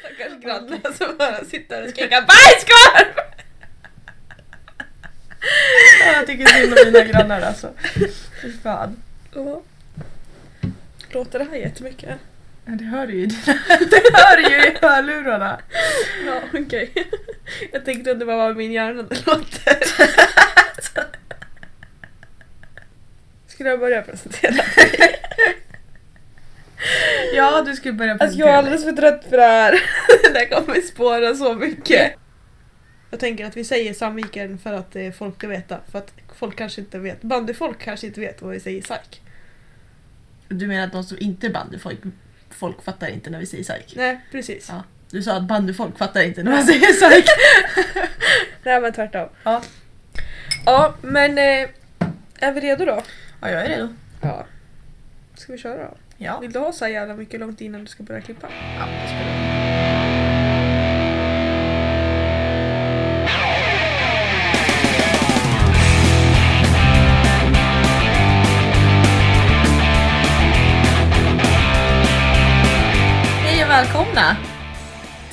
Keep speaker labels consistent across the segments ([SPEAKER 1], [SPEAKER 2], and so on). [SPEAKER 1] Stackars grannen som bara sitter där och skriker bajskorv!
[SPEAKER 2] Ja, Jag tycker synd om mina grannar alltså. Fy fan.
[SPEAKER 1] Ja. Låter det här jättemycket?
[SPEAKER 2] Ja, det hör du ju. i dina- Det hör du ju i hörlurarna.
[SPEAKER 1] Ja, okej. Jag tänkte att det bara var min hjärna det låter. Ska jag börja presentera dig?
[SPEAKER 2] Ja, du skulle börja
[SPEAKER 1] Alltså jag är
[SPEAKER 2] presentera dig.
[SPEAKER 1] alldeles för trött för det här. Det här kommer spåra så mycket. Jag tänker att vi säger Sandviken för att eh, folk ska veta. För att folk kanske inte vet. Bandyfolk kanske inte vet vad vi säger SAIK.
[SPEAKER 2] Du menar att de som inte är bandyfolk, folk fattar inte när vi säger psyk?
[SPEAKER 1] Nej, precis.
[SPEAKER 2] Ja. Du sa att bandyfolk fattar inte när man säger psyk.
[SPEAKER 1] Nej men tvärtom.
[SPEAKER 2] Ja.
[SPEAKER 1] Ja, men eh, är vi redo då?
[SPEAKER 2] Ja, jag är redo.
[SPEAKER 1] Ja. Ska vi köra då?
[SPEAKER 2] Ja.
[SPEAKER 1] Vill du ha så här jävla mycket långt innan du ska börja klippa?
[SPEAKER 2] ja det spelar roll. Hej och välkomna!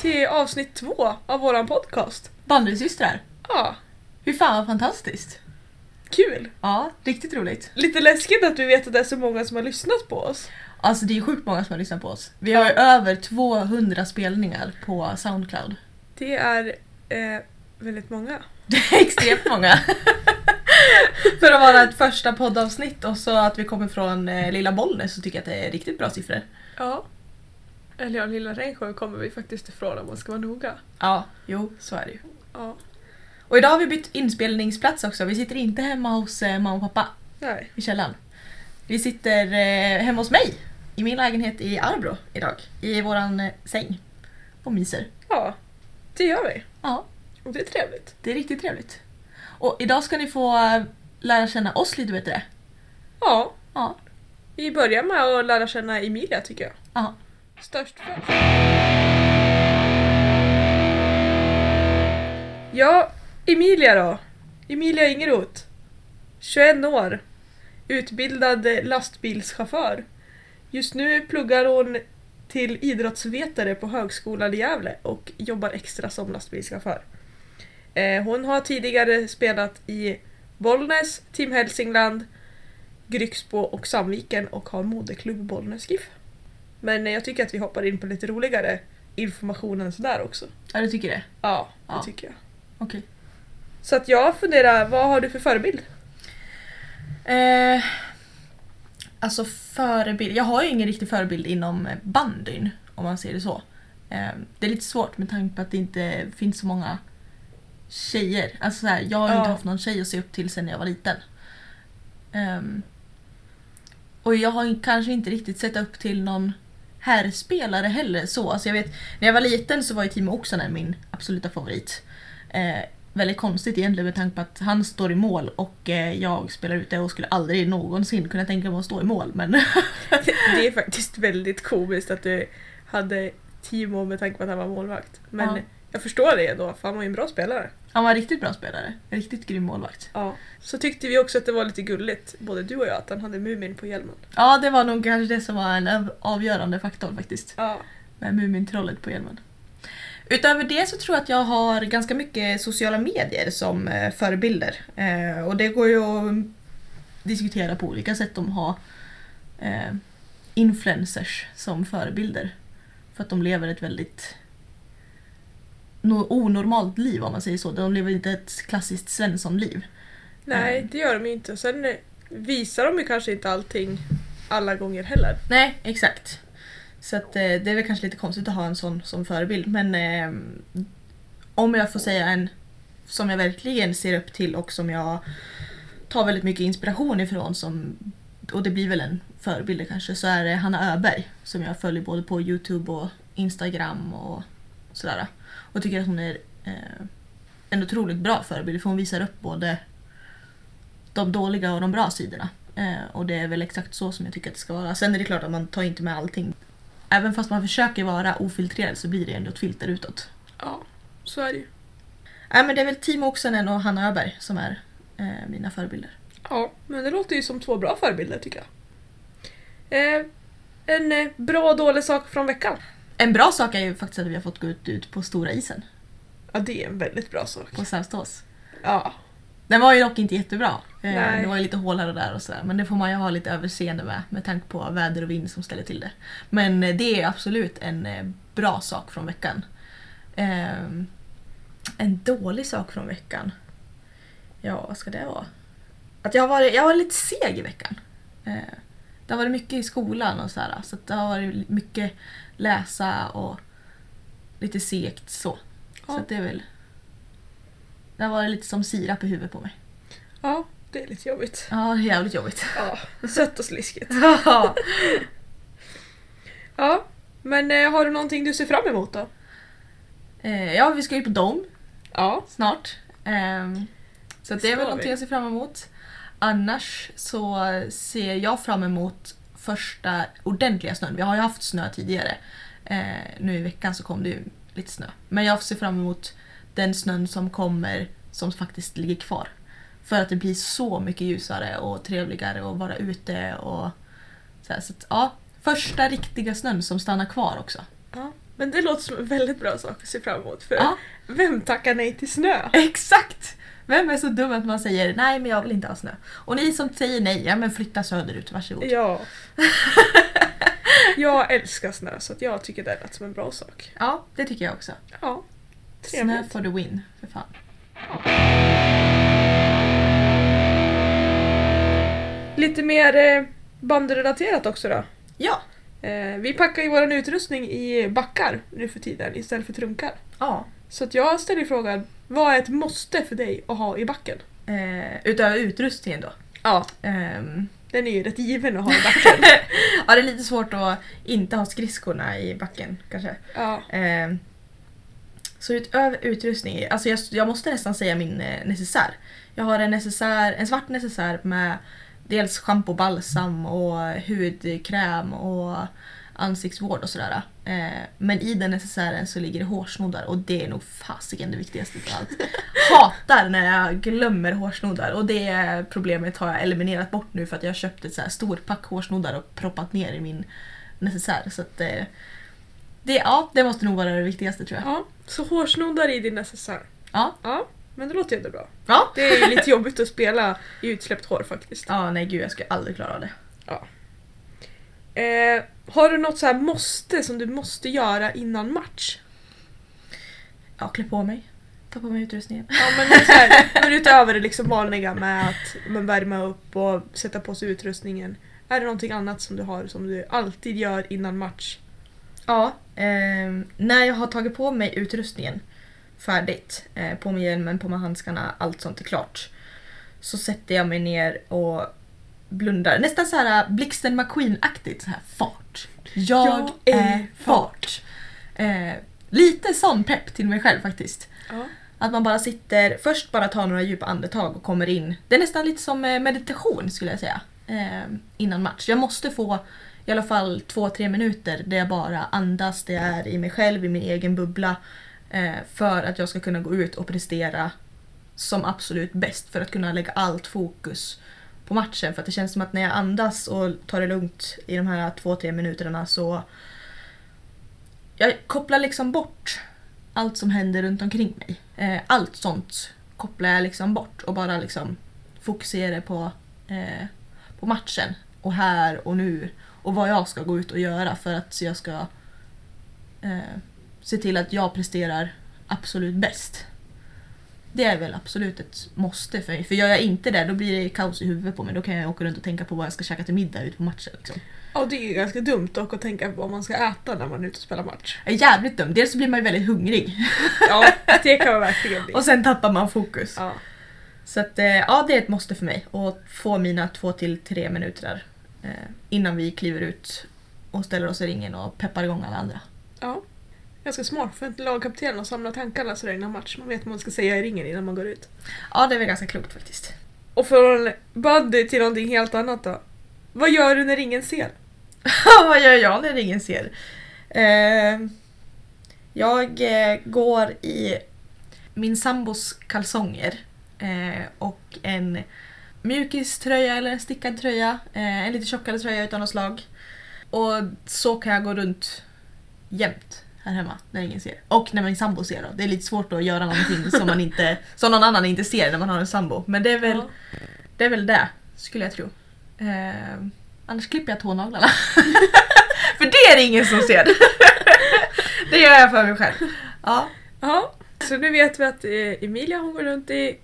[SPEAKER 1] Till avsnitt två av våran podcast.
[SPEAKER 2] Bandysystrar.
[SPEAKER 1] Ja,
[SPEAKER 2] Hur fan vad fantastiskt!
[SPEAKER 1] kul!
[SPEAKER 2] Ja, riktigt roligt.
[SPEAKER 1] Lite läskigt att vi vet att det är så många som har lyssnat på oss.
[SPEAKER 2] Alltså det är sjukt många som har lyssnat på oss. Vi har ju över 200 spelningar på Soundcloud.
[SPEAKER 1] Det är eh, väldigt många.
[SPEAKER 2] Det är extremt många. För att vara ett första poddavsnitt och så att vi kommer från eh, lilla Bollnäs så tycker jag att det är riktigt bra siffror.
[SPEAKER 1] Ja. Eller ja, Lilla Regnsjö kommer vi faktiskt ifrån om man ska vara noga.
[SPEAKER 2] Ja, jo så är det ju.
[SPEAKER 1] Ja.
[SPEAKER 2] Och idag har vi bytt inspelningsplats också. Vi sitter inte hemma hos eh, mamma och pappa
[SPEAKER 1] Nej.
[SPEAKER 2] i källaren. Vi sitter eh, hemma hos mig i min lägenhet i Arbro idag. I våran eh, säng. Och myser.
[SPEAKER 1] Ja, det gör vi.
[SPEAKER 2] Ja,
[SPEAKER 1] Och det är trevligt.
[SPEAKER 2] det är riktigt trevligt. Och idag ska ni få eh, lära känna oss lite bättre.
[SPEAKER 1] Ja,
[SPEAKER 2] Ja,
[SPEAKER 1] vi börjar med att lära känna Emilia tycker jag.
[SPEAKER 2] ja.
[SPEAKER 1] Störst först. Ja, Emilia då. Emilia Ingeroth. 21 år. Utbildad lastbilschaufför. Just nu pluggar hon till idrottsvetare på Högskolan i Gävle och jobbar extra som lastbilschaufför. Eh, Hon har tidigare spelat i Bollnäs, Team Hälsingland, Grycksbo och Sandviken och har moderklubb Bollnäs GIF. Men eh, jag tycker att vi hoppar in på lite roligare information än sådär också.
[SPEAKER 2] Ja, du tycker det?
[SPEAKER 1] Ja, det
[SPEAKER 2] Ja.
[SPEAKER 1] tycker jag.
[SPEAKER 2] Okej.
[SPEAKER 1] Så att jag funderar, vad har du för förebild?
[SPEAKER 2] Eh, alltså förebild. Jag har ju ingen riktig förebild inom eh, bandyn om man ser det så. Eh, det är lite svårt med tanke på att det inte finns så många tjejer. Alltså så här, jag har ju inte
[SPEAKER 1] Ja.
[SPEAKER 2] haft någon tjej att se upp till sen jag var liten. Ehm, och jag har ju kanske inte riktigt sett upp till någon herrspelare heller så. Alltså jag vet, när jag var liten så var ju Timo Oksanen min absoluta favorit. Eh, väldigt konstigt egentligen med tanke på att han står i mål och eh, jag spelar ute och skulle aldrig någonsin kunna tänka mig att stå i mål men...
[SPEAKER 1] Det är faktiskt väldigt komiskt att du hade Timo med tanke på att han var målvakt. Men
[SPEAKER 2] Ja.
[SPEAKER 1] jag förstår det ändå, för han var ju en bra spelare.
[SPEAKER 2] han var en riktigt bra spelare. En riktigt grym målvakt.
[SPEAKER 1] Ja. Så tyckte vi också att det var lite gulligt, både du och jag, att han hade Mumin på hjälmen.
[SPEAKER 2] Ja det var nog kanske det som var en av- avgörande faktor faktiskt.
[SPEAKER 1] Ja.
[SPEAKER 2] med Mumintrollet på hjälmen. Utöver det så tror jag att jag har ganska mycket sociala medier som eh, förebilder. Eh, och det går ju att diskutera på olika sätt om att ha eh, influencers som förebilder. För att de lever ett väldigt no- onormalt liv om man säger så. De lever inte ett klassiskt svenssonliv.
[SPEAKER 1] Nej,
[SPEAKER 2] Mm.
[SPEAKER 1] det gör de ju inte. Och sen eh, visar de ju kanske inte allting alla gånger heller.
[SPEAKER 2] Nej, exakt. Så att, eh, det är väl kanske lite konstigt att ha en sån som förebild. Men eh, om jag får säga en som jag verkligen ser upp till och som jag tar väldigt mycket inspiration ifrån som, och det blir väl en förebild kanske, så är det Hanna Öberg som jag följer både på Youtube och Instagram och sådär. Och tycker att hon är eh, en otroligt bra förebild för hon visar upp både de dåliga och de bra sidorna. Eh, och det är väl exakt så som jag tycker att det ska vara. Sen är det klart att man tar inte med allting. Även fast man försöker vara ofiltrerad så blir det ändå ett filter utåt.
[SPEAKER 1] Ja, så är det ju.
[SPEAKER 2] Nej men det är väl Timo Oksanen och Hanna Öberg som är eh, mina förebilder.
[SPEAKER 1] Ja, men det låter ju som två bra förebilder tycker jag. Eh, en eh, bra och dålig sak från veckan.
[SPEAKER 2] En bra sak är ju faktiskt att vi har fått gå ut, ut på stora isen
[SPEAKER 1] Ja, det är en väldigt bra sak.
[SPEAKER 2] på Sävstås.
[SPEAKER 1] Ja.
[SPEAKER 2] Den var ju dock inte jättebra. Eh,
[SPEAKER 1] Nej.
[SPEAKER 2] Det var ju lite hål här och där och sådär. Men det får man ju ha lite överseende med med tanke på väder och vind som ställer till det. Men eh, det är absolut en eh, bra sak från veckan. Ehm, en dålig sak från veckan? Ja, vad ska det vara? Att jag har varit, jag har varit lite seg i veckan. Eh, det har varit mycket i skolan och sådär. Så att det har varit mycket läsa och lite segt så.
[SPEAKER 1] Ja.
[SPEAKER 2] Så att det är väl... Det har varit lite som sirap i huvudet på mig.
[SPEAKER 1] ja, det är lite jobbigt.
[SPEAKER 2] Ja, det är jävligt jobbigt.
[SPEAKER 1] Ja, sött och sliskigt.
[SPEAKER 2] Ja.
[SPEAKER 1] Ja, men eh, har du någonting du ser fram emot då?
[SPEAKER 2] Eh, ja, vi ska ju på dom
[SPEAKER 1] Ja.
[SPEAKER 2] snart. Ehm, så att det är
[SPEAKER 1] Ska
[SPEAKER 2] väl
[SPEAKER 1] vi?
[SPEAKER 2] något jag ser fram emot. Annars så ser jag fram emot första ordentliga snön. Vi har ju haft snö tidigare. Eh, nu i veckan så kom det ju lite snö. Men jag ser fram emot den snön som kommer som faktiskt ligger kvar. För att det blir så mycket ljusare och trevligare att vara ute och så, här. så att, ja, första riktiga snön som stannar kvar också.
[SPEAKER 1] ja. Men det låter som en väldigt bra sak att se fram emot. För
[SPEAKER 2] Ja.
[SPEAKER 1] vem tackar nej till snö?
[SPEAKER 2] Exakt! Vem är så dum att man säger nej men jag vill inte ha snö? Och ni som säger nej, ja men flytta söderut, varsågod.
[SPEAKER 1] Ja. jag älskar snö så att jag tycker det lät som en bra sak.
[SPEAKER 2] Ja, det tycker jag också.
[SPEAKER 1] Ja.
[SPEAKER 2] Snö
[SPEAKER 1] Trevligt.
[SPEAKER 2] for the win, för fan.
[SPEAKER 1] Lite mer eh, bandrelaterat också då.
[SPEAKER 2] Ja.
[SPEAKER 1] Eh, vi packar ju vår utrustning i backar nu för tiden istället för trunkar.
[SPEAKER 2] ja.
[SPEAKER 1] Så att jag ställer frågan, vad är ett måste för dig att ha i backen?
[SPEAKER 2] Eh, utöver utrustningen då.
[SPEAKER 1] Ja.
[SPEAKER 2] Ehm,
[SPEAKER 1] Den är ju rätt given att ha i backen.
[SPEAKER 2] ja, det är lite svårt att inte ha skridskorna i backen kanske.
[SPEAKER 1] ja.
[SPEAKER 2] Ehm, så utöver utrustning, alltså jag, jag måste nästan säga min eh, necessär. Jag har en, necessär, en svart necessär med dels schampo, balsam och hudkräm och ansiktsvård och sådär. Eh, men i den necessären så ligger det hårsnoddar och det är nog fasiken det viktigaste av allt. Hatar när jag glömmer hårsnoddar och det problemet har jag eliminerat bort nu för att jag har köpt ett så här storpack hårsnoddar och proppat ner i min necessär. Så att, eh, det, ja, det måste nog vara det viktigaste tror jag.
[SPEAKER 1] ja. Så hårsnoddar i din necessär.
[SPEAKER 2] Ja.
[SPEAKER 1] Ja, men det låter ju ändå bra.
[SPEAKER 2] Ja.
[SPEAKER 1] Det är ju lite jobbigt att spela i utsläppt hår faktiskt.
[SPEAKER 2] Ja, nej gud jag skulle aldrig klara av det.
[SPEAKER 1] Eh, har du något så här måste som du måste göra innan match?
[SPEAKER 2] Ja, klä på mig. Ta på mig utrustningen.
[SPEAKER 1] Ja men, så här, men utöver det liksom vanliga med att men, värma upp och sätta på sig utrustningen. Är det någonting annat som du har som du alltid gör innan match?
[SPEAKER 2] Ja, ehm, när jag har tagit på mig utrustningen färdigt, eh, på mig hjälmen, på mig handskarna, allt sånt är klart. Så sätter jag mig ner och blundar. Nästan så här eh, Blixten McQueen-aktigt. Så här fart. Jag,
[SPEAKER 1] Jag är
[SPEAKER 2] är fart. Eh, lite sån pepp till mig själv faktiskt.
[SPEAKER 1] Ja.
[SPEAKER 2] Att man bara sitter, först bara tar några djupa andetag och kommer in. Det är nästan lite som eh, meditation skulle jag säga. Eh, innan match. Jag måste få i alla fall två, tre minuter där jag bara andas, det är i mig själv, i min egen bubbla. Eh, för att jag ska kunna gå ut och prestera som absolut bäst. För att kunna lägga allt fokus på matchen. För att det känns som att när jag andas och tar det lugnt i de här två, tre minuterna så... Jag kopplar liksom bort allt som händer runt omkring mig. Eh, allt sånt kopplar jag liksom bort och bara liksom fokuserar på, eh, på matchen och här och nu och vad jag ska gå ut och göra för att jag ska eh, se till att jag presterar absolut bäst. Det är väl absolut ett måste för mig. För gör jag inte det då blir det kaos i huvudet på mig. Då kan jag åka runt och tänka på vad jag ska käka till middag ut på matchen. Liksom.
[SPEAKER 1] Ja det är ju ganska dumt dock att tänka på vad man ska äta när man är ute och spelar match.
[SPEAKER 2] Jag är jävligt dum. Dels så blir man ju väldigt hungrig
[SPEAKER 1] Ja det kan man verkligen bli.
[SPEAKER 2] och sen tappar man fokus.
[SPEAKER 1] Ja.
[SPEAKER 2] Så att, eh, ja, det är ett måste för mig att få mina två till tre minuter där, eh, innan vi kliver ut och ställer oss i ringen och peppar igång alla andra.
[SPEAKER 1] Ja. Ganska smart för inte lagkaptenen att samla tankarna sådär innan match. Man vet vad man ska säga i ringen innan man går ut.
[SPEAKER 2] Ja, det är väl ganska klokt faktiskt.
[SPEAKER 1] Och från bandy till någonting helt annat då. Vad gör du när ringen ser?
[SPEAKER 2] Vad gör jag när ringen ser? Eh, jag eh, går i min sambos kalsonger eh, och en mjukiströja eller en stickad tröja, eh, en lite tjockare tröja utan något slag. Och så kan jag gå runt jämt här hemma när ingen ser. Och när min sambo ser då. Det är lite svårt att göra någonting som, man inte, som någon annan inte ser när man har en sambo. Men det är väl
[SPEAKER 1] Ja.
[SPEAKER 2] det, är väl det skulle jag tro. Eh, annars klipper jag tånaglarna. för det är det ingen som ser. det gör jag för mig själv. Ja.
[SPEAKER 1] Ja, så nu vet vi att eh, Emilia hon går runt i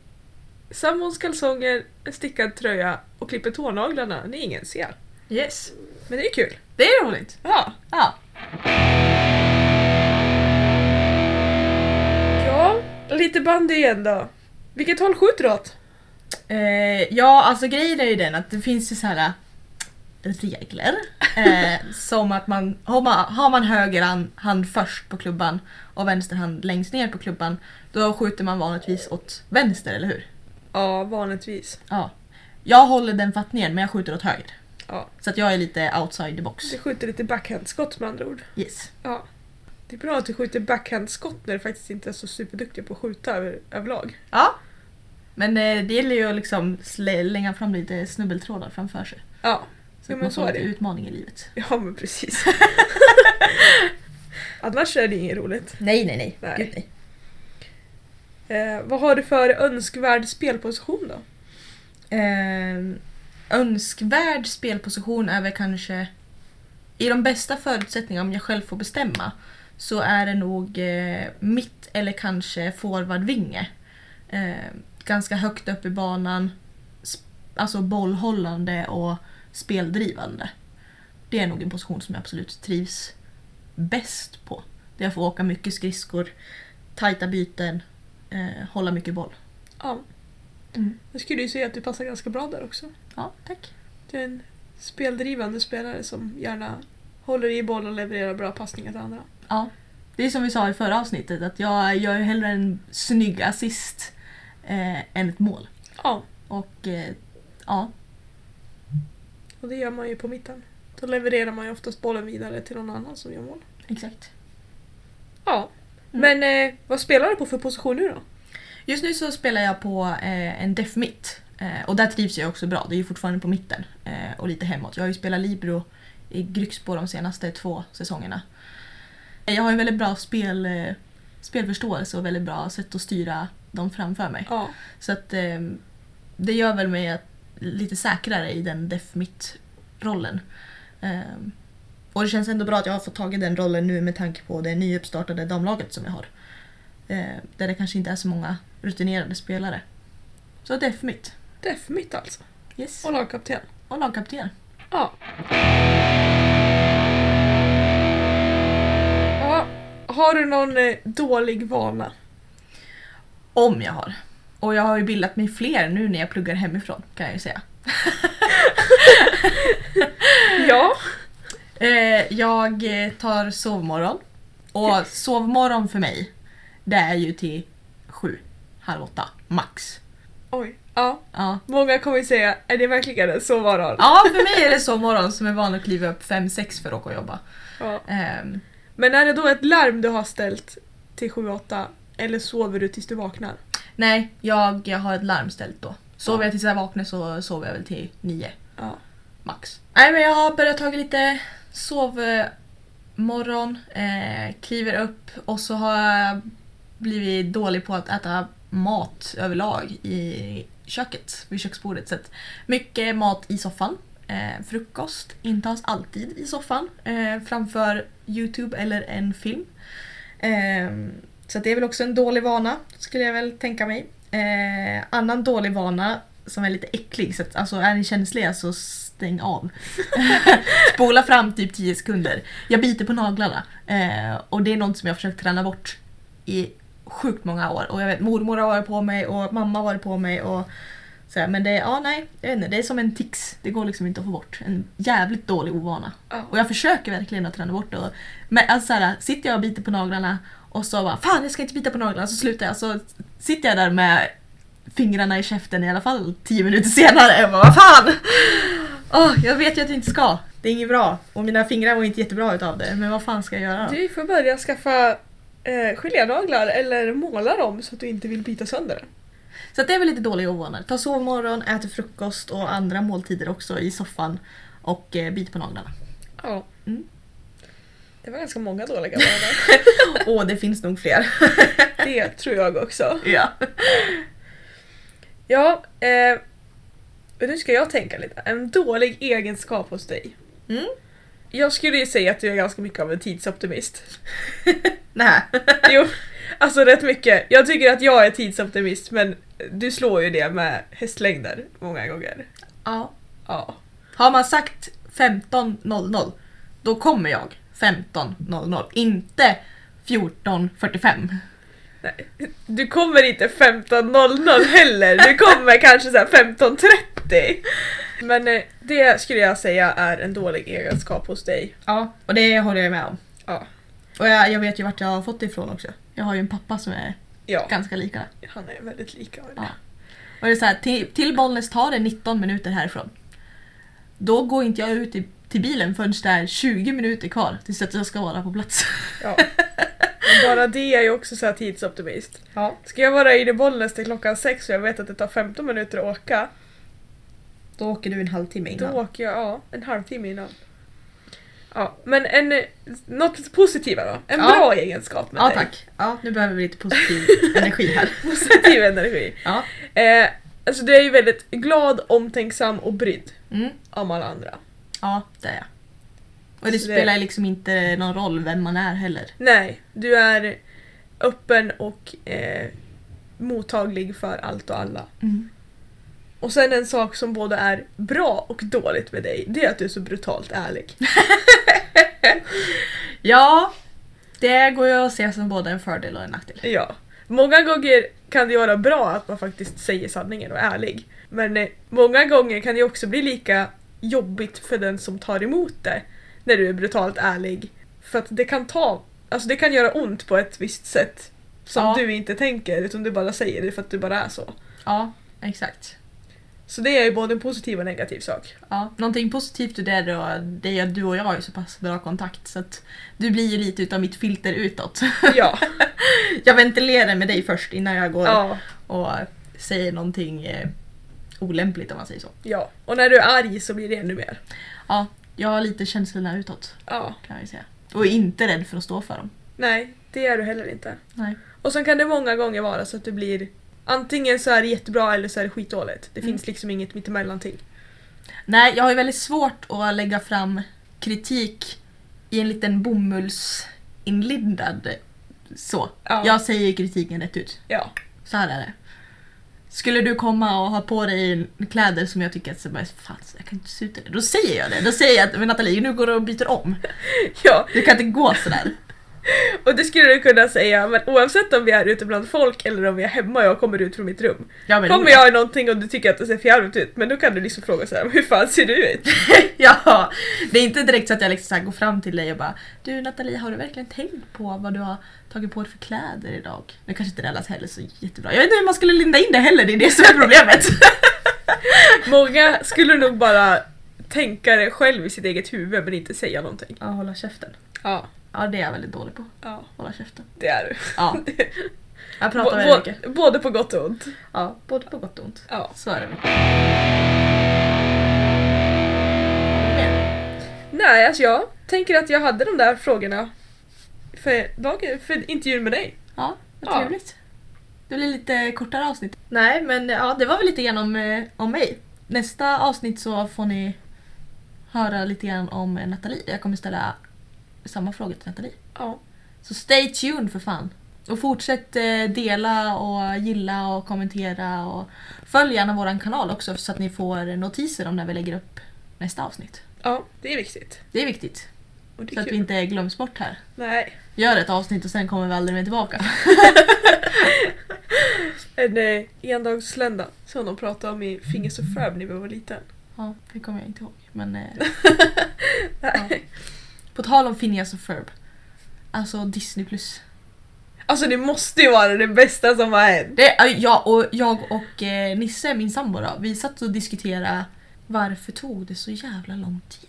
[SPEAKER 1] sambons kalsonger, en stickad tröja och klipper tånaglarna när ingen ser.
[SPEAKER 2] Yes.
[SPEAKER 1] Men det är kul.
[SPEAKER 2] Det är roligt.
[SPEAKER 1] Ja.
[SPEAKER 2] Ja.
[SPEAKER 1] Ja, lite bandy igen då. Vilket håll skjuter du åt?
[SPEAKER 2] Eh, ja, alltså grejen är ju den att det finns ju så här eh, regler. Eh, som att man har, man har man höger hand, hand först på klubban och vänster hand längst ner på klubban då skjuter man vanligtvis åt vänster, eller hur?
[SPEAKER 1] Ja, vanligtvis.
[SPEAKER 2] Ja. Jag håller den fattningen men jag skjuter åt höger.
[SPEAKER 1] Ja.
[SPEAKER 2] Så att jag är lite outside the box.
[SPEAKER 1] Du skjuter lite backhandskott med andra ord.
[SPEAKER 2] Yes.
[SPEAKER 1] Ja. Det är bra att du skjuter backhandskott när du faktiskt inte är så superduktig på att skjuta över, överlag.
[SPEAKER 2] Ja. Men eh, det gäller ju att liksom slänga fram lite snubbeltrådar framför sig.
[SPEAKER 1] Ja.
[SPEAKER 2] Så
[SPEAKER 1] Jo, men
[SPEAKER 2] att man
[SPEAKER 1] så
[SPEAKER 2] får
[SPEAKER 1] är
[SPEAKER 2] lite
[SPEAKER 1] det.
[SPEAKER 2] utmaning i livet.
[SPEAKER 1] Ja men precis. Annars är det inget roligt.
[SPEAKER 2] Nej, nej, nej.
[SPEAKER 1] Nej.
[SPEAKER 2] Gud, nej.
[SPEAKER 1] Eh, vad har du för önskvärd spelposition då?
[SPEAKER 2] Eh, önskvärd spelposition är väl kanske i de bästa förutsättningarna om jag själv får bestämma så är det nog eh, mitt eller kanske forwardvinge. Eh, ganska högt upp i banan, sp- alltså bollhållande och speldrivande. Det är nog en position som jag absolut trivs bäst på. Där jag får åka mycket skridskor, tajta byten, eh, hålla mycket boll.
[SPEAKER 1] Ja.
[SPEAKER 2] Mm.
[SPEAKER 1] Jag skulle ju säga att du passar ganska bra där också.
[SPEAKER 2] Ja, tack.
[SPEAKER 1] Du är en speldrivande spelare som gärna håller i boll och levererar bra passningar till andra.
[SPEAKER 2] Ja. Det är som vi sa i förra avsnittet att jag gör ju hellre en snygg assist eh, än ett mål.
[SPEAKER 1] Ja,
[SPEAKER 2] Och eh, ja,
[SPEAKER 1] och det gör man ju på mitten. Då levererar man ju oftast bollen vidare till någon annan som gör mål.
[SPEAKER 2] exakt.
[SPEAKER 1] Ja. Men eh, vad spelar du på för position nu då?
[SPEAKER 2] Just nu så spelar jag på eh, en def mitt. Eh, och där trivs jag också bra. Det är ju fortfarande på mitten eh, och lite hemåt. Jag har ju spelat libero i Grycksbo de senaste två säsongerna. Jag har ju väldigt bra spel, eh, spelförståelse och väldigt bra sätt att styra dem framför mig.
[SPEAKER 1] Ja.
[SPEAKER 2] Så att eh, det gör väl mig att- lite säkrare i den def mitt rollen eh, Och det känns ändå bra att jag har fått tag i den rollen nu med tanke på det nyuppstartade damlaget som jag har. Eh, där det kanske inte är så många rutinerade spelare. Så def mitt.
[SPEAKER 1] Def mitt alltså.
[SPEAKER 2] Yes.
[SPEAKER 1] Och lagkapten.
[SPEAKER 2] Och lagkapten.
[SPEAKER 1] Ja. ja. Har du någon eh, dålig vana?
[SPEAKER 2] Om jag har. Och jag har ju bildat mig fler nu när jag pluggar hemifrån kan jag ju säga.
[SPEAKER 1] Ja.
[SPEAKER 2] Eh, jag eh, tar sovmorgon. Och sovmorgon för mig, det är ju till sju, halv åtta, max.
[SPEAKER 1] Oj. Ja.
[SPEAKER 2] Ja.
[SPEAKER 1] Många kommer ju säga, är det verkligen en sovmorgon?
[SPEAKER 2] ja, för mig är det sovmorgon som är van att kliva upp fem, sex för att åka och jobba.
[SPEAKER 1] Ja.
[SPEAKER 2] Ehm,
[SPEAKER 1] Men är det då ett larm du har ställt till 7-8 eller sover du tills du vaknar?
[SPEAKER 2] nej, jag, jag har ett larm ställt då. Sover
[SPEAKER 1] Ja.
[SPEAKER 2] jag tills jag vaknar så sover jag väl till nio,
[SPEAKER 1] Ja.
[SPEAKER 2] max. Nej, men jag har börjat ta lite sovmorgon, eh, kliver upp och så har jag blivit dålig på att äta mat överlag i köket, vid köksbordet. Så att mycket mat i soffan. Eh, frukost intas alltid i soffan eh, framför Youtube eller en film. Eh, så att det är väl också en dålig vana skulle jag väl tänka mig. Eh, annan dålig vana som är lite äcklig, så att, alltså är ni känsliga så stäng av. Spola fram typ 10 sekunder. Jag biter på naglarna eh, och det är något som jag har försökt träna bort i sjukt många år. Och jag vet, mormor har varit på mig och mamma har varit på mig. Och så här, men det är, ja nej, jag vet inte, det är som en tics. Det går liksom inte att få bort. En jävligt dålig ovana.
[SPEAKER 1] Ja.
[SPEAKER 2] Och jag försöker verkligen att träna bort det. Och- Men alltså, så här, sitter jag och biter på naglarna och så bara fan jag ska inte bita på naglarna så slutar jag. Så sitter jag där med fingrarna i käften i alla fall 10 minuter senare. Jag bara vad fan! Åh, jag vet ju att jag inte ska. Det är inget bra. Och mina fingrar mår inte jättebra utav det. Men vad fan ska jag göra då?
[SPEAKER 1] Du får börja skaffa eh, gelénaglar eller måla dem så att du inte vill bita sönder dem.
[SPEAKER 2] Så att det är väl lite dåliga ovanor. Ta sovmorgon, äter frukost och andra måltider också i soffan. Och eh, bit på naglarna.
[SPEAKER 1] Ja.
[SPEAKER 2] Mm.
[SPEAKER 1] Det var ganska många dåliga vanor.
[SPEAKER 2] Åh, det finns nog fler.
[SPEAKER 1] Det tror jag också.
[SPEAKER 2] ja.
[SPEAKER 1] Ja, eh, och nu ska jag tänka lite. En dålig egenskap hos dig.
[SPEAKER 2] Mm.
[SPEAKER 1] Jag skulle ju säga att du är ganska mycket av en tidsoptimist.
[SPEAKER 2] Nej.
[SPEAKER 1] Jo, alltså rätt mycket. Jag tycker att jag är tidsoptimist men du slår ju det med hästlängder många gånger.
[SPEAKER 2] ja.
[SPEAKER 1] Ja.
[SPEAKER 2] Har man sagt 15.00 då kommer jag 15.00. Inte 14.45.
[SPEAKER 1] Nej. Du kommer inte 15.00 heller, du kommer kanske så här 15.30. Men eh, det skulle jag säga är en dålig egenskap hos dig.
[SPEAKER 2] Ja, och det håller jag med om.
[SPEAKER 1] Ja.
[SPEAKER 2] Och jag, jag vet ju vart jag har fått det ifrån också. Jag har ju en pappa som är
[SPEAKER 1] Ja,
[SPEAKER 2] ganska lika.
[SPEAKER 1] han är väldigt lika med
[SPEAKER 2] Ja.
[SPEAKER 1] det.
[SPEAKER 2] Och det är så här, till, till Bollnäs tar det 19 minuter härifrån. Då går inte jag ut i, till bilen förrän det är 20 minuter kvar tills att jag ska vara på plats.
[SPEAKER 1] Ja. Men Bara det är ju också så här tidsoptimist.
[SPEAKER 2] Ja.
[SPEAKER 1] Ska jag vara inne i Bollnäs till klockan sex och jag vet att det tar 15 minuter att åka,
[SPEAKER 2] Då åker du en halvtimme
[SPEAKER 1] då åker jag ja, en halvtimme innan. Ja, men en, eh, något positivt då? En
[SPEAKER 2] Ja.
[SPEAKER 1] bra egenskap med
[SPEAKER 2] Ja
[SPEAKER 1] dig.
[SPEAKER 2] tack. Ja, nu behöver vi lite positiv energi här.
[SPEAKER 1] Positiv energi.
[SPEAKER 2] Ja.
[SPEAKER 1] Eh, alltså du är ju väldigt glad, omtänksam och brydd
[SPEAKER 2] Mm.
[SPEAKER 1] om alla andra.
[SPEAKER 2] Ja, det är jag. Och det
[SPEAKER 1] Så det-
[SPEAKER 2] spelar liksom inte någon roll vem man är heller.
[SPEAKER 1] Nej, du är öppen och eh, mottaglig för allt och alla. Och sen en sak som både är bra och dåligt med dig, det är att du är så brutalt ärlig.
[SPEAKER 2] Ja, det går ju att se som både en fördel och en nackdel.
[SPEAKER 1] Ja. Många gånger kan det vara bra att man faktiskt säger sanningen och är ärlig. Men eh, många gånger kan det också bli lika jobbigt för den som tar emot det när du är brutalt ärlig. För att det kan ta, alltså det kan göra ont på ett visst sätt som
[SPEAKER 2] Ja.
[SPEAKER 1] du inte tänker utan du bara säger det för att du bara är så.
[SPEAKER 2] Ja, exakt.
[SPEAKER 1] Så det är ju både en positiv och en negativ sak.
[SPEAKER 2] Ja. Någonting positivt ur det då, det är att du och jag har ju så pass bra kontakt så att du blir ju lite utav mitt filter utåt.
[SPEAKER 1] Ja.
[SPEAKER 2] jag ventilerar med dig först innan jag går
[SPEAKER 1] ja.
[SPEAKER 2] och säger någonting eh, olämpligt om man säger så.
[SPEAKER 1] Ja. Och när du är arg så blir det ännu mer.
[SPEAKER 2] Ja, jag har lite känslorna utåt
[SPEAKER 1] Ja.
[SPEAKER 2] kan jag ju säga. Och är inte rädd för att stå för dem.
[SPEAKER 1] Nej, det är du heller inte.
[SPEAKER 2] Nej.
[SPEAKER 1] Och sen kan det många gånger vara så att det blir antingen så är det jättebra eller så är det skitdåligt. Det
[SPEAKER 2] Mm.
[SPEAKER 1] finns liksom inget mittemellanting.
[SPEAKER 2] Nej, jag har ju väldigt svårt att lägga fram kritik i en liten bomullsinlindad så.
[SPEAKER 1] Ja.
[SPEAKER 2] Jag säger kritiken rätt ut.
[SPEAKER 1] Ja.
[SPEAKER 2] Så här är det. Skulle du komma och ha på dig kläder som jag tycker att så bara, fan, jag kan inte se ut i det. Då säger jag det. Då säger jag att men Nathalie, nu går du och byter om.
[SPEAKER 1] ja,
[SPEAKER 2] Du kan inte gå sådär.
[SPEAKER 1] och det skulle du kunna säga men oavsett om vi är ute bland folk eller om vi är hemma och jag kommer ut från mitt rum.
[SPEAKER 2] Ja, men,
[SPEAKER 1] Kommer jag i någonting och du tycker att det ser förjävligt ut men då kan du liksom fråga så här, hur fan ser du ut?
[SPEAKER 2] Ja, det är inte direkt så att jag liksom så här går fram till dig och bara Du Nathalie, har du verkligen tänkt på vad du har tagit på dig för kläder idag? Nu kanske inte det allas heller så jättebra. Jag vet inte hur man skulle linda in det heller, det är det som är problemet.
[SPEAKER 1] Många skulle nog bara tänka det själv i sitt eget huvud men inte säga någonting.
[SPEAKER 2] Ja, hålla käften.
[SPEAKER 1] Ja.
[SPEAKER 2] Ja, det är jag väldigt dålig på.
[SPEAKER 1] Ja,
[SPEAKER 2] Hålla käften.
[SPEAKER 1] det är du.
[SPEAKER 2] Ja. Jag pratar
[SPEAKER 1] Bå-
[SPEAKER 2] väldigt
[SPEAKER 1] bå-
[SPEAKER 2] mycket.
[SPEAKER 1] både på gott och ont.
[SPEAKER 2] Ja, både på gott och ont.
[SPEAKER 1] Ja.
[SPEAKER 2] Så är det.
[SPEAKER 1] Nej, alltså jag tänker att jag hade de där frågorna för, dagen, för intervjun med dig.
[SPEAKER 2] Ja, vad
[SPEAKER 1] Ja.
[SPEAKER 2] trevligt. Det blir lite kortare avsnitt. Nej, men ja, det var väl lite grann om, eh, om mig. Nästa avsnitt så får ni höra lite grann om eh, Nathalie. Jag kommer ställa samma frågor till Nathalie.
[SPEAKER 1] Ja.
[SPEAKER 2] Så stay tuned för fan. Och fortsätt eh, dela och gilla och kommentera och följ gärna våran kanal också så att ni får notiser om när vi lägger upp nästa avsnitt.
[SPEAKER 1] ja, det är viktigt.
[SPEAKER 2] Det är viktigt.
[SPEAKER 1] Och det
[SPEAKER 2] Så
[SPEAKER 1] är
[SPEAKER 2] att vi
[SPEAKER 1] kul.
[SPEAKER 2] inte glöms bort här.
[SPEAKER 1] Nej,
[SPEAKER 2] Gör ett avsnitt och sen kommer vi aldrig mer tillbaka.
[SPEAKER 1] en eh, endagslända som de pratade om i Fingers of Ferb när vi var liten.
[SPEAKER 2] Ja, det kommer jag inte ihåg. Men eh,
[SPEAKER 1] Nej.
[SPEAKER 2] på tal om Phineas och Ferb. Alltså Disney+. Plus.
[SPEAKER 1] Alltså det måste ju vara det bästa som har hänt.
[SPEAKER 2] Det, äh, ja, och jag och eh, Nisse, min sambo då, vi satt och diskuterade varför tog det så jävla lång tid?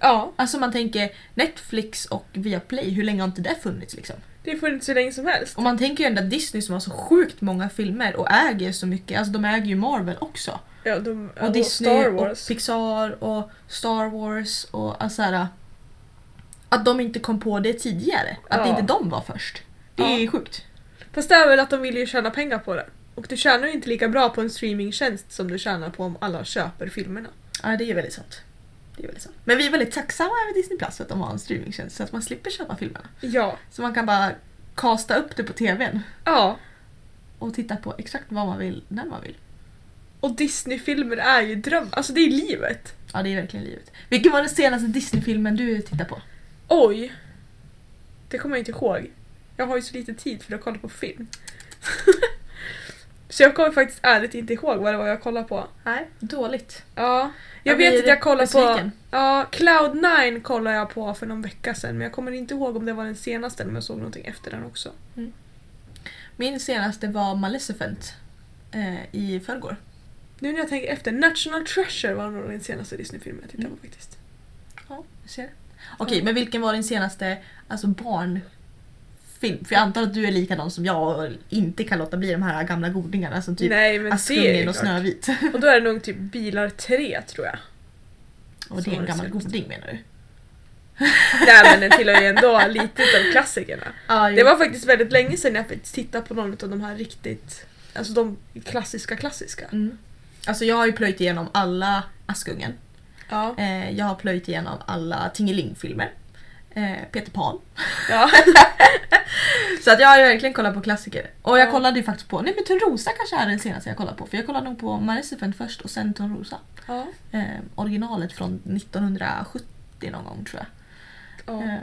[SPEAKER 1] Ja,
[SPEAKER 2] Alltså man tänker Netflix och Viaplay, hur länge har inte det funnits liksom?
[SPEAKER 1] det har funnits så länge som helst.
[SPEAKER 2] Och man tänker ju ändå att Disney som har så sjukt många filmer och äger så mycket, alltså de äger ju Marvel också.
[SPEAKER 1] Ja, de,
[SPEAKER 2] Och Disney
[SPEAKER 1] Star
[SPEAKER 2] och
[SPEAKER 1] Wars.
[SPEAKER 2] Pixar och Star Wars och alltså så här, Att de inte kom på det tidigare.
[SPEAKER 1] Ja.
[SPEAKER 2] Att inte de var först. Det är
[SPEAKER 1] Ja.
[SPEAKER 2] sjukt.
[SPEAKER 1] Fast det är väl att de vill ju tjäna pengar på det. Och du tjänar ju inte lika bra på en streamingtjänst som du tjänar på om alla köper filmerna.
[SPEAKER 2] Ja, det är väldigt sant. Det är väldigt sant. Men vi är väldigt tacksamma över Disney Plus för att de har en streamingtjänst så att man slipper köpa filmerna.
[SPEAKER 1] Ja.
[SPEAKER 2] Så man kan bara kasta upp det på TVn
[SPEAKER 1] Ja.
[SPEAKER 2] och titta på exakt vad man vill när man vill.
[SPEAKER 1] Och Disney-filmer är ju dröm, alltså det är livet.
[SPEAKER 2] Ja, det är verkligen livet. Vilken var den senaste Disney-filmen du tittade på?
[SPEAKER 1] Oj! Det kommer jag inte ihåg. Jag har ju så lite tid för att kolla på film. så jag kommer faktiskt ärligt inte ihåg vad det var jag kollade på.
[SPEAKER 2] Nej, dåligt.
[SPEAKER 1] Ja. Jag
[SPEAKER 2] Jag
[SPEAKER 1] vet
[SPEAKER 2] blir
[SPEAKER 1] att jag kollade på...
[SPEAKER 2] besviken.
[SPEAKER 1] Ja, Cloud9 kollade jag på för någon vecka sedan men jag kommer inte ihåg om det var den senaste eller om jag såg någonting efter den också.
[SPEAKER 2] Min senaste var Maleficent eh, i förrgår.
[SPEAKER 1] Nu när jag tänker efter, National Treasure var nog den senaste Disney-filmen jag tittade
[SPEAKER 2] Mm.
[SPEAKER 1] på faktiskt.
[SPEAKER 2] Ja, du ser. Okej, men vilken var din senaste alltså barnfilm? För jag antar att du är likadan som jag och inte kan låta bli de här gamla godingarna som typ
[SPEAKER 1] Nej men det är
[SPEAKER 2] Askungen
[SPEAKER 1] ju
[SPEAKER 2] och
[SPEAKER 1] klart.
[SPEAKER 2] Snövit.
[SPEAKER 1] Och då är det nog typ Bilar 3 tror jag.
[SPEAKER 2] Och det
[SPEAKER 1] Så
[SPEAKER 2] är en
[SPEAKER 1] det
[SPEAKER 2] gammal
[SPEAKER 1] ser ut.
[SPEAKER 2] goding menar du?
[SPEAKER 1] Nej men den tillhör ju ändå lite av klassikerna.
[SPEAKER 2] Ja,
[SPEAKER 1] Det var faktiskt väldigt länge sedan jag faktiskt tittade på någon av de här riktigt, alltså de klassiska klassiska.
[SPEAKER 2] Mm. Alltså jag har ju plöjt igenom alla Askungen.
[SPEAKER 1] Ja.
[SPEAKER 2] Eh, jag har plöjt igenom alla Tingeling-filmer. Eh, Peter Pan.
[SPEAKER 1] ja.
[SPEAKER 2] Så att jag har ju verkligen kollat på klassiker. Och jag
[SPEAKER 1] Ja.
[SPEAKER 2] kollade ju faktiskt på, nej men Törnrosa kanske är den senaste jag kollade på. För jag kollade nog på Maleficent först och sen Törnrosa.
[SPEAKER 1] ja.
[SPEAKER 2] Eh, originalet från 1970 någon gång tror jag.
[SPEAKER 1] ja.
[SPEAKER 2] Eh,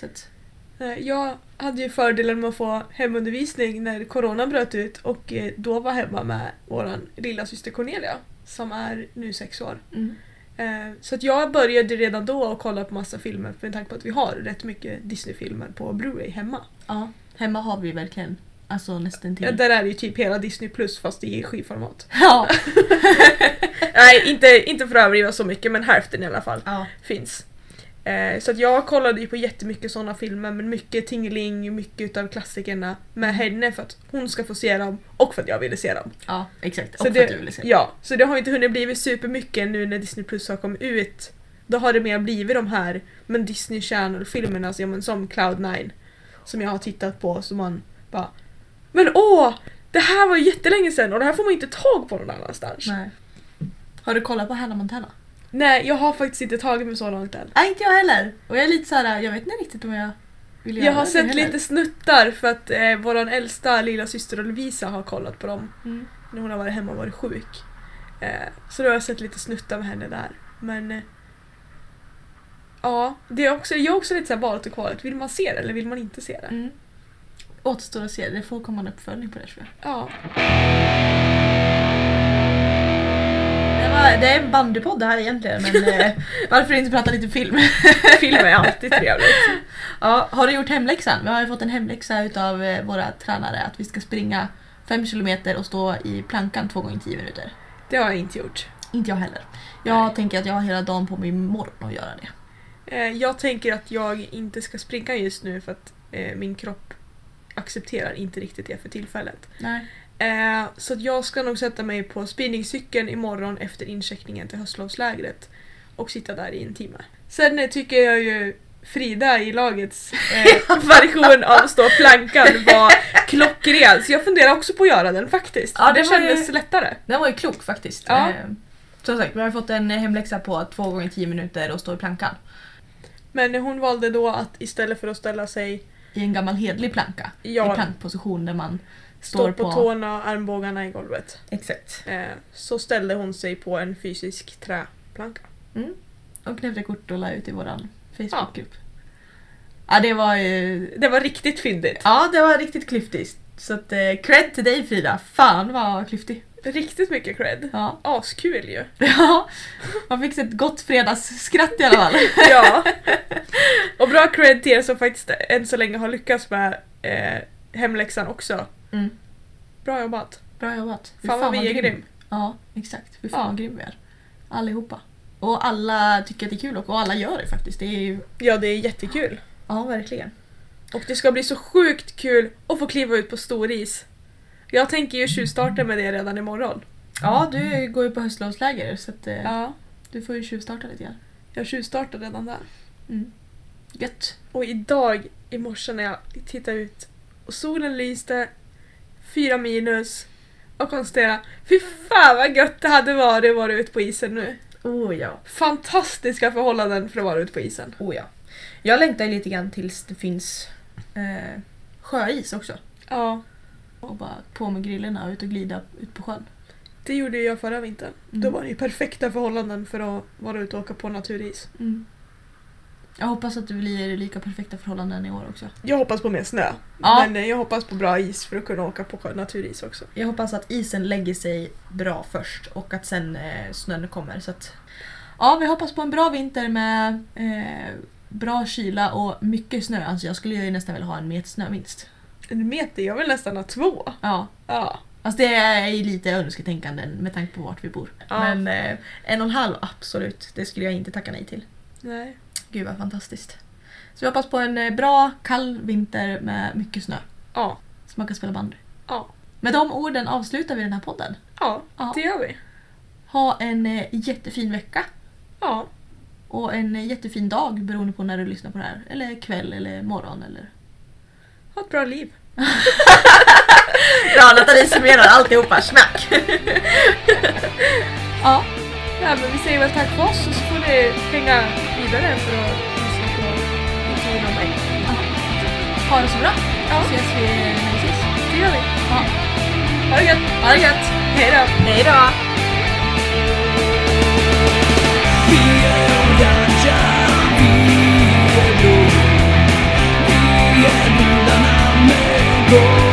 [SPEAKER 2] så att,
[SPEAKER 1] Eh, Jag hade ju fördelen med att få hemundervisning när corona bröt ut och eh, då var hemma med våran lilla syster Cornelia som är nu sex år.
[SPEAKER 2] mm.
[SPEAKER 1] Eh, Så att jag började redan då att kolla på massa filmer med tanke på att vi har rätt mycket Disney-filmer på Blu-ray hemma.
[SPEAKER 2] ja, hemma har vi verkligen alltså nästan till.
[SPEAKER 1] Ja, där är det ju typ hela Disney plus fast i skivformat.
[SPEAKER 2] Ja.
[SPEAKER 1] Nej, inte, inte för att överdriva så mycket men hälften i alla fall
[SPEAKER 2] ja.
[SPEAKER 1] finns. Eh, Så att jag kollade ju på jättemycket sådana filmer men mycket Tingeling, mycket utav klassikerna med henne för att hon ska få se dem och för att jag ville se dem.
[SPEAKER 2] Ja, exakt.
[SPEAKER 1] Så
[SPEAKER 2] Mm. och
[SPEAKER 1] det,
[SPEAKER 2] för att du ville se.
[SPEAKER 1] Ja, så det har inte hunnit blivit supermycket nu när Disney Plus har kommit ut. Då har det mer blivit de här men Disney Channel-filmerna alltså, ja, men som Cloud9 som jag har tittat på som man bara Men åh! Det här var ju jättelänge sedan och det här får man inte tag på någon annanstans. Nej,
[SPEAKER 2] Nej. Har du kollat på Hannah Montana?
[SPEAKER 1] jag har faktiskt inte tagit mig så långt än.
[SPEAKER 2] Nej, inte jag heller. Och jag är lite såhär, jag vet inte riktigt om jag vill göra
[SPEAKER 1] Jag har
[SPEAKER 2] det
[SPEAKER 1] sett
[SPEAKER 2] heller.
[SPEAKER 1] lite snuttar för att eh, våran äldsta lilla syster Lovisa har kollat på dem
[SPEAKER 2] Mm.
[SPEAKER 1] när hon har varit hemma och varit sjuk. Eh, så då har jag sett lite snuttar med henne där. Men eh, ja, det är också, jag är också lite så här valet och kvalet. Vill man se det eller vill man inte se det?
[SPEAKER 2] Mm. Återstår att se, det får komma en uppföljning på det tror jag.
[SPEAKER 1] Ja.
[SPEAKER 2] Det, var, det är en bandypodd det här egentligen men eh, varför inte prata lite film?
[SPEAKER 1] Film är alltid trevligt.
[SPEAKER 2] ja, har du gjort hemläxan? Vi har ju fått en hemläxa utav eh, våra tränare att vi ska springa 5 kilometer och stå i plankan 2 gånger 10 minuter.
[SPEAKER 1] Det har jag inte gjort.
[SPEAKER 2] Inte jag heller. Jag
[SPEAKER 1] Nej.
[SPEAKER 2] tänker att jag har hela dagen på mig imorgon att göra det.
[SPEAKER 1] Eh, jag tänker att jag inte ska springa just nu för att eh, min kropp accepterar inte riktigt det för tillfället.
[SPEAKER 2] Nej.
[SPEAKER 1] Eh, så att jag ska nog sätta mig på spinningcykeln imorgon efter incheckningen till höstlovslägret och sitta där i en timme. Sen eh, tycker jag ju Frida i lagets eh, version av stå plankan var klockren så jag funderar också på att göra den faktiskt.
[SPEAKER 2] Ja,
[SPEAKER 1] Ja,
[SPEAKER 2] det
[SPEAKER 1] det
[SPEAKER 2] var ju-
[SPEAKER 1] kändes lättare.
[SPEAKER 2] Den var ju klok faktiskt.
[SPEAKER 1] Ja.
[SPEAKER 2] Eh, Som sagt, vi har fått en hemläxa på 2 gånger 10 minuter och stå i plankan.
[SPEAKER 1] Men hon valde då att istället för att ställa sig
[SPEAKER 2] I en gammal hedlig planka.
[SPEAKER 1] Ja.
[SPEAKER 2] I plankposition där man står,
[SPEAKER 1] stå på, tårna och armbågarna i golvet
[SPEAKER 2] Exakt.
[SPEAKER 1] eh, så ställde hon sig på en fysisk träplanka.
[SPEAKER 2] Och knäppte kort och la ut i våran Facebookgrupp. Ja. det var ju...
[SPEAKER 1] Det var riktigt fyndigt.
[SPEAKER 2] Ja, det var riktigt klyftigt. Så att, eh, cred till dig Frida. Fan vad klyftig.
[SPEAKER 1] Riktigt mycket cred.
[SPEAKER 2] Ja.
[SPEAKER 1] Askul ju.
[SPEAKER 2] ja. Man fick ett gott fredagsskratt i alla fall.
[SPEAKER 1] Ja. Och bra cred till er som faktiskt än så länge har lyckats med eh, hemläxan också.
[SPEAKER 2] Mm.
[SPEAKER 1] Bra jobbat.
[SPEAKER 2] Bra jobbat. Fy
[SPEAKER 1] Fan vad vi är grym.
[SPEAKER 2] Ja, exakt. Fy fan
[SPEAKER 1] Ja.
[SPEAKER 2] vad grym vi är. Allihopa. Och alla tycker att det är kul och, och alla gör det faktiskt. Det är ju...
[SPEAKER 1] Ja, det är jättekul.
[SPEAKER 2] Ja, verkligen.
[SPEAKER 1] Och det ska bli så sjukt kul att få kliva ut på stor is. Jag tänker ju tjuvstarta med det redan imorgon.
[SPEAKER 2] Ja, du går ju på höstlovsläger så att, eh,
[SPEAKER 1] Ja.
[SPEAKER 2] du får ju tjuvstarta lite grann. Mm.
[SPEAKER 1] Jag tjuvstartar redan där.
[SPEAKER 2] Gött.
[SPEAKER 1] Och idag i morse när jag tittade ut och solen lyste, fyra minus och konstaterade fy fan vad gött det hade varit att vara ute på isen nu.
[SPEAKER 2] Oh ja.
[SPEAKER 1] Fantastiska förhållanden för att vara ute på isen.
[SPEAKER 2] Oh ja. Jag längtar ju lite grann tills det finns eh, sjöis också.
[SPEAKER 1] Ja,
[SPEAKER 2] Och bara på med grillorna och ut och glida ut på sjön.
[SPEAKER 1] det gjorde ju jag förra vintern. Då
[SPEAKER 2] Mm.
[SPEAKER 1] var det ju perfekta förhållanden för att vara ute och åka på naturis.
[SPEAKER 2] Mm. Jag hoppas att det blir lika perfekta förhållanden i år också.
[SPEAKER 1] Jag hoppas på mer snö.
[SPEAKER 2] Ja.
[SPEAKER 1] Men eh, jag hoppas på bra is för att kunna åka på naturis också.
[SPEAKER 2] Jag hoppas att isen lägger sig bra först och att sen eh, snön kommer. Så att, ja, vi hoppas på en bra vinter med eh, bra kyla och mycket snö. Alltså jag skulle ju nästan vilja ha en meter snö minst.
[SPEAKER 1] En meter, jag vill nästan ha två.
[SPEAKER 2] Ja.
[SPEAKER 1] Ja.
[SPEAKER 2] Alltså det är ju lite önsketänkande med tanke på vart vi bor.
[SPEAKER 1] Ja.
[SPEAKER 2] Men eh, en och en halv, absolut. Det skulle jag inte tacka nej till.
[SPEAKER 1] Nej.
[SPEAKER 2] Gud vad fantastiskt. Så vi hoppas på en eh, bra kall vinter med mycket snö.
[SPEAKER 1] Ja.
[SPEAKER 2] Så man kan spela bandy.
[SPEAKER 1] Ja.
[SPEAKER 2] Med de orden avslutar vi den här podden.
[SPEAKER 1] Ja,
[SPEAKER 2] Ja.
[SPEAKER 1] det gör vi.
[SPEAKER 2] Ha en eh, jättefin vecka
[SPEAKER 1] Ja.
[SPEAKER 2] och en eh, jättefin dag beroende på när du lyssnar på det här. Eller kväll eller morgon eller...
[SPEAKER 1] Ha ett bra liv.
[SPEAKER 2] Bra Nathalie summerar alltihopa, smack! ja,
[SPEAKER 1] Nej, men vi säger väl tack för oss och så får ni hänga vidare för att lyssna på intervjun om mig.
[SPEAKER 2] ha det så bra.
[SPEAKER 1] Ja.
[SPEAKER 2] Ses vi när vi ses.
[SPEAKER 1] Det gör vi.
[SPEAKER 2] Ja.
[SPEAKER 1] Ha det gött!
[SPEAKER 2] Ha det gött!
[SPEAKER 1] Hej då!
[SPEAKER 2] Hej då!
[SPEAKER 3] Gudarna med guld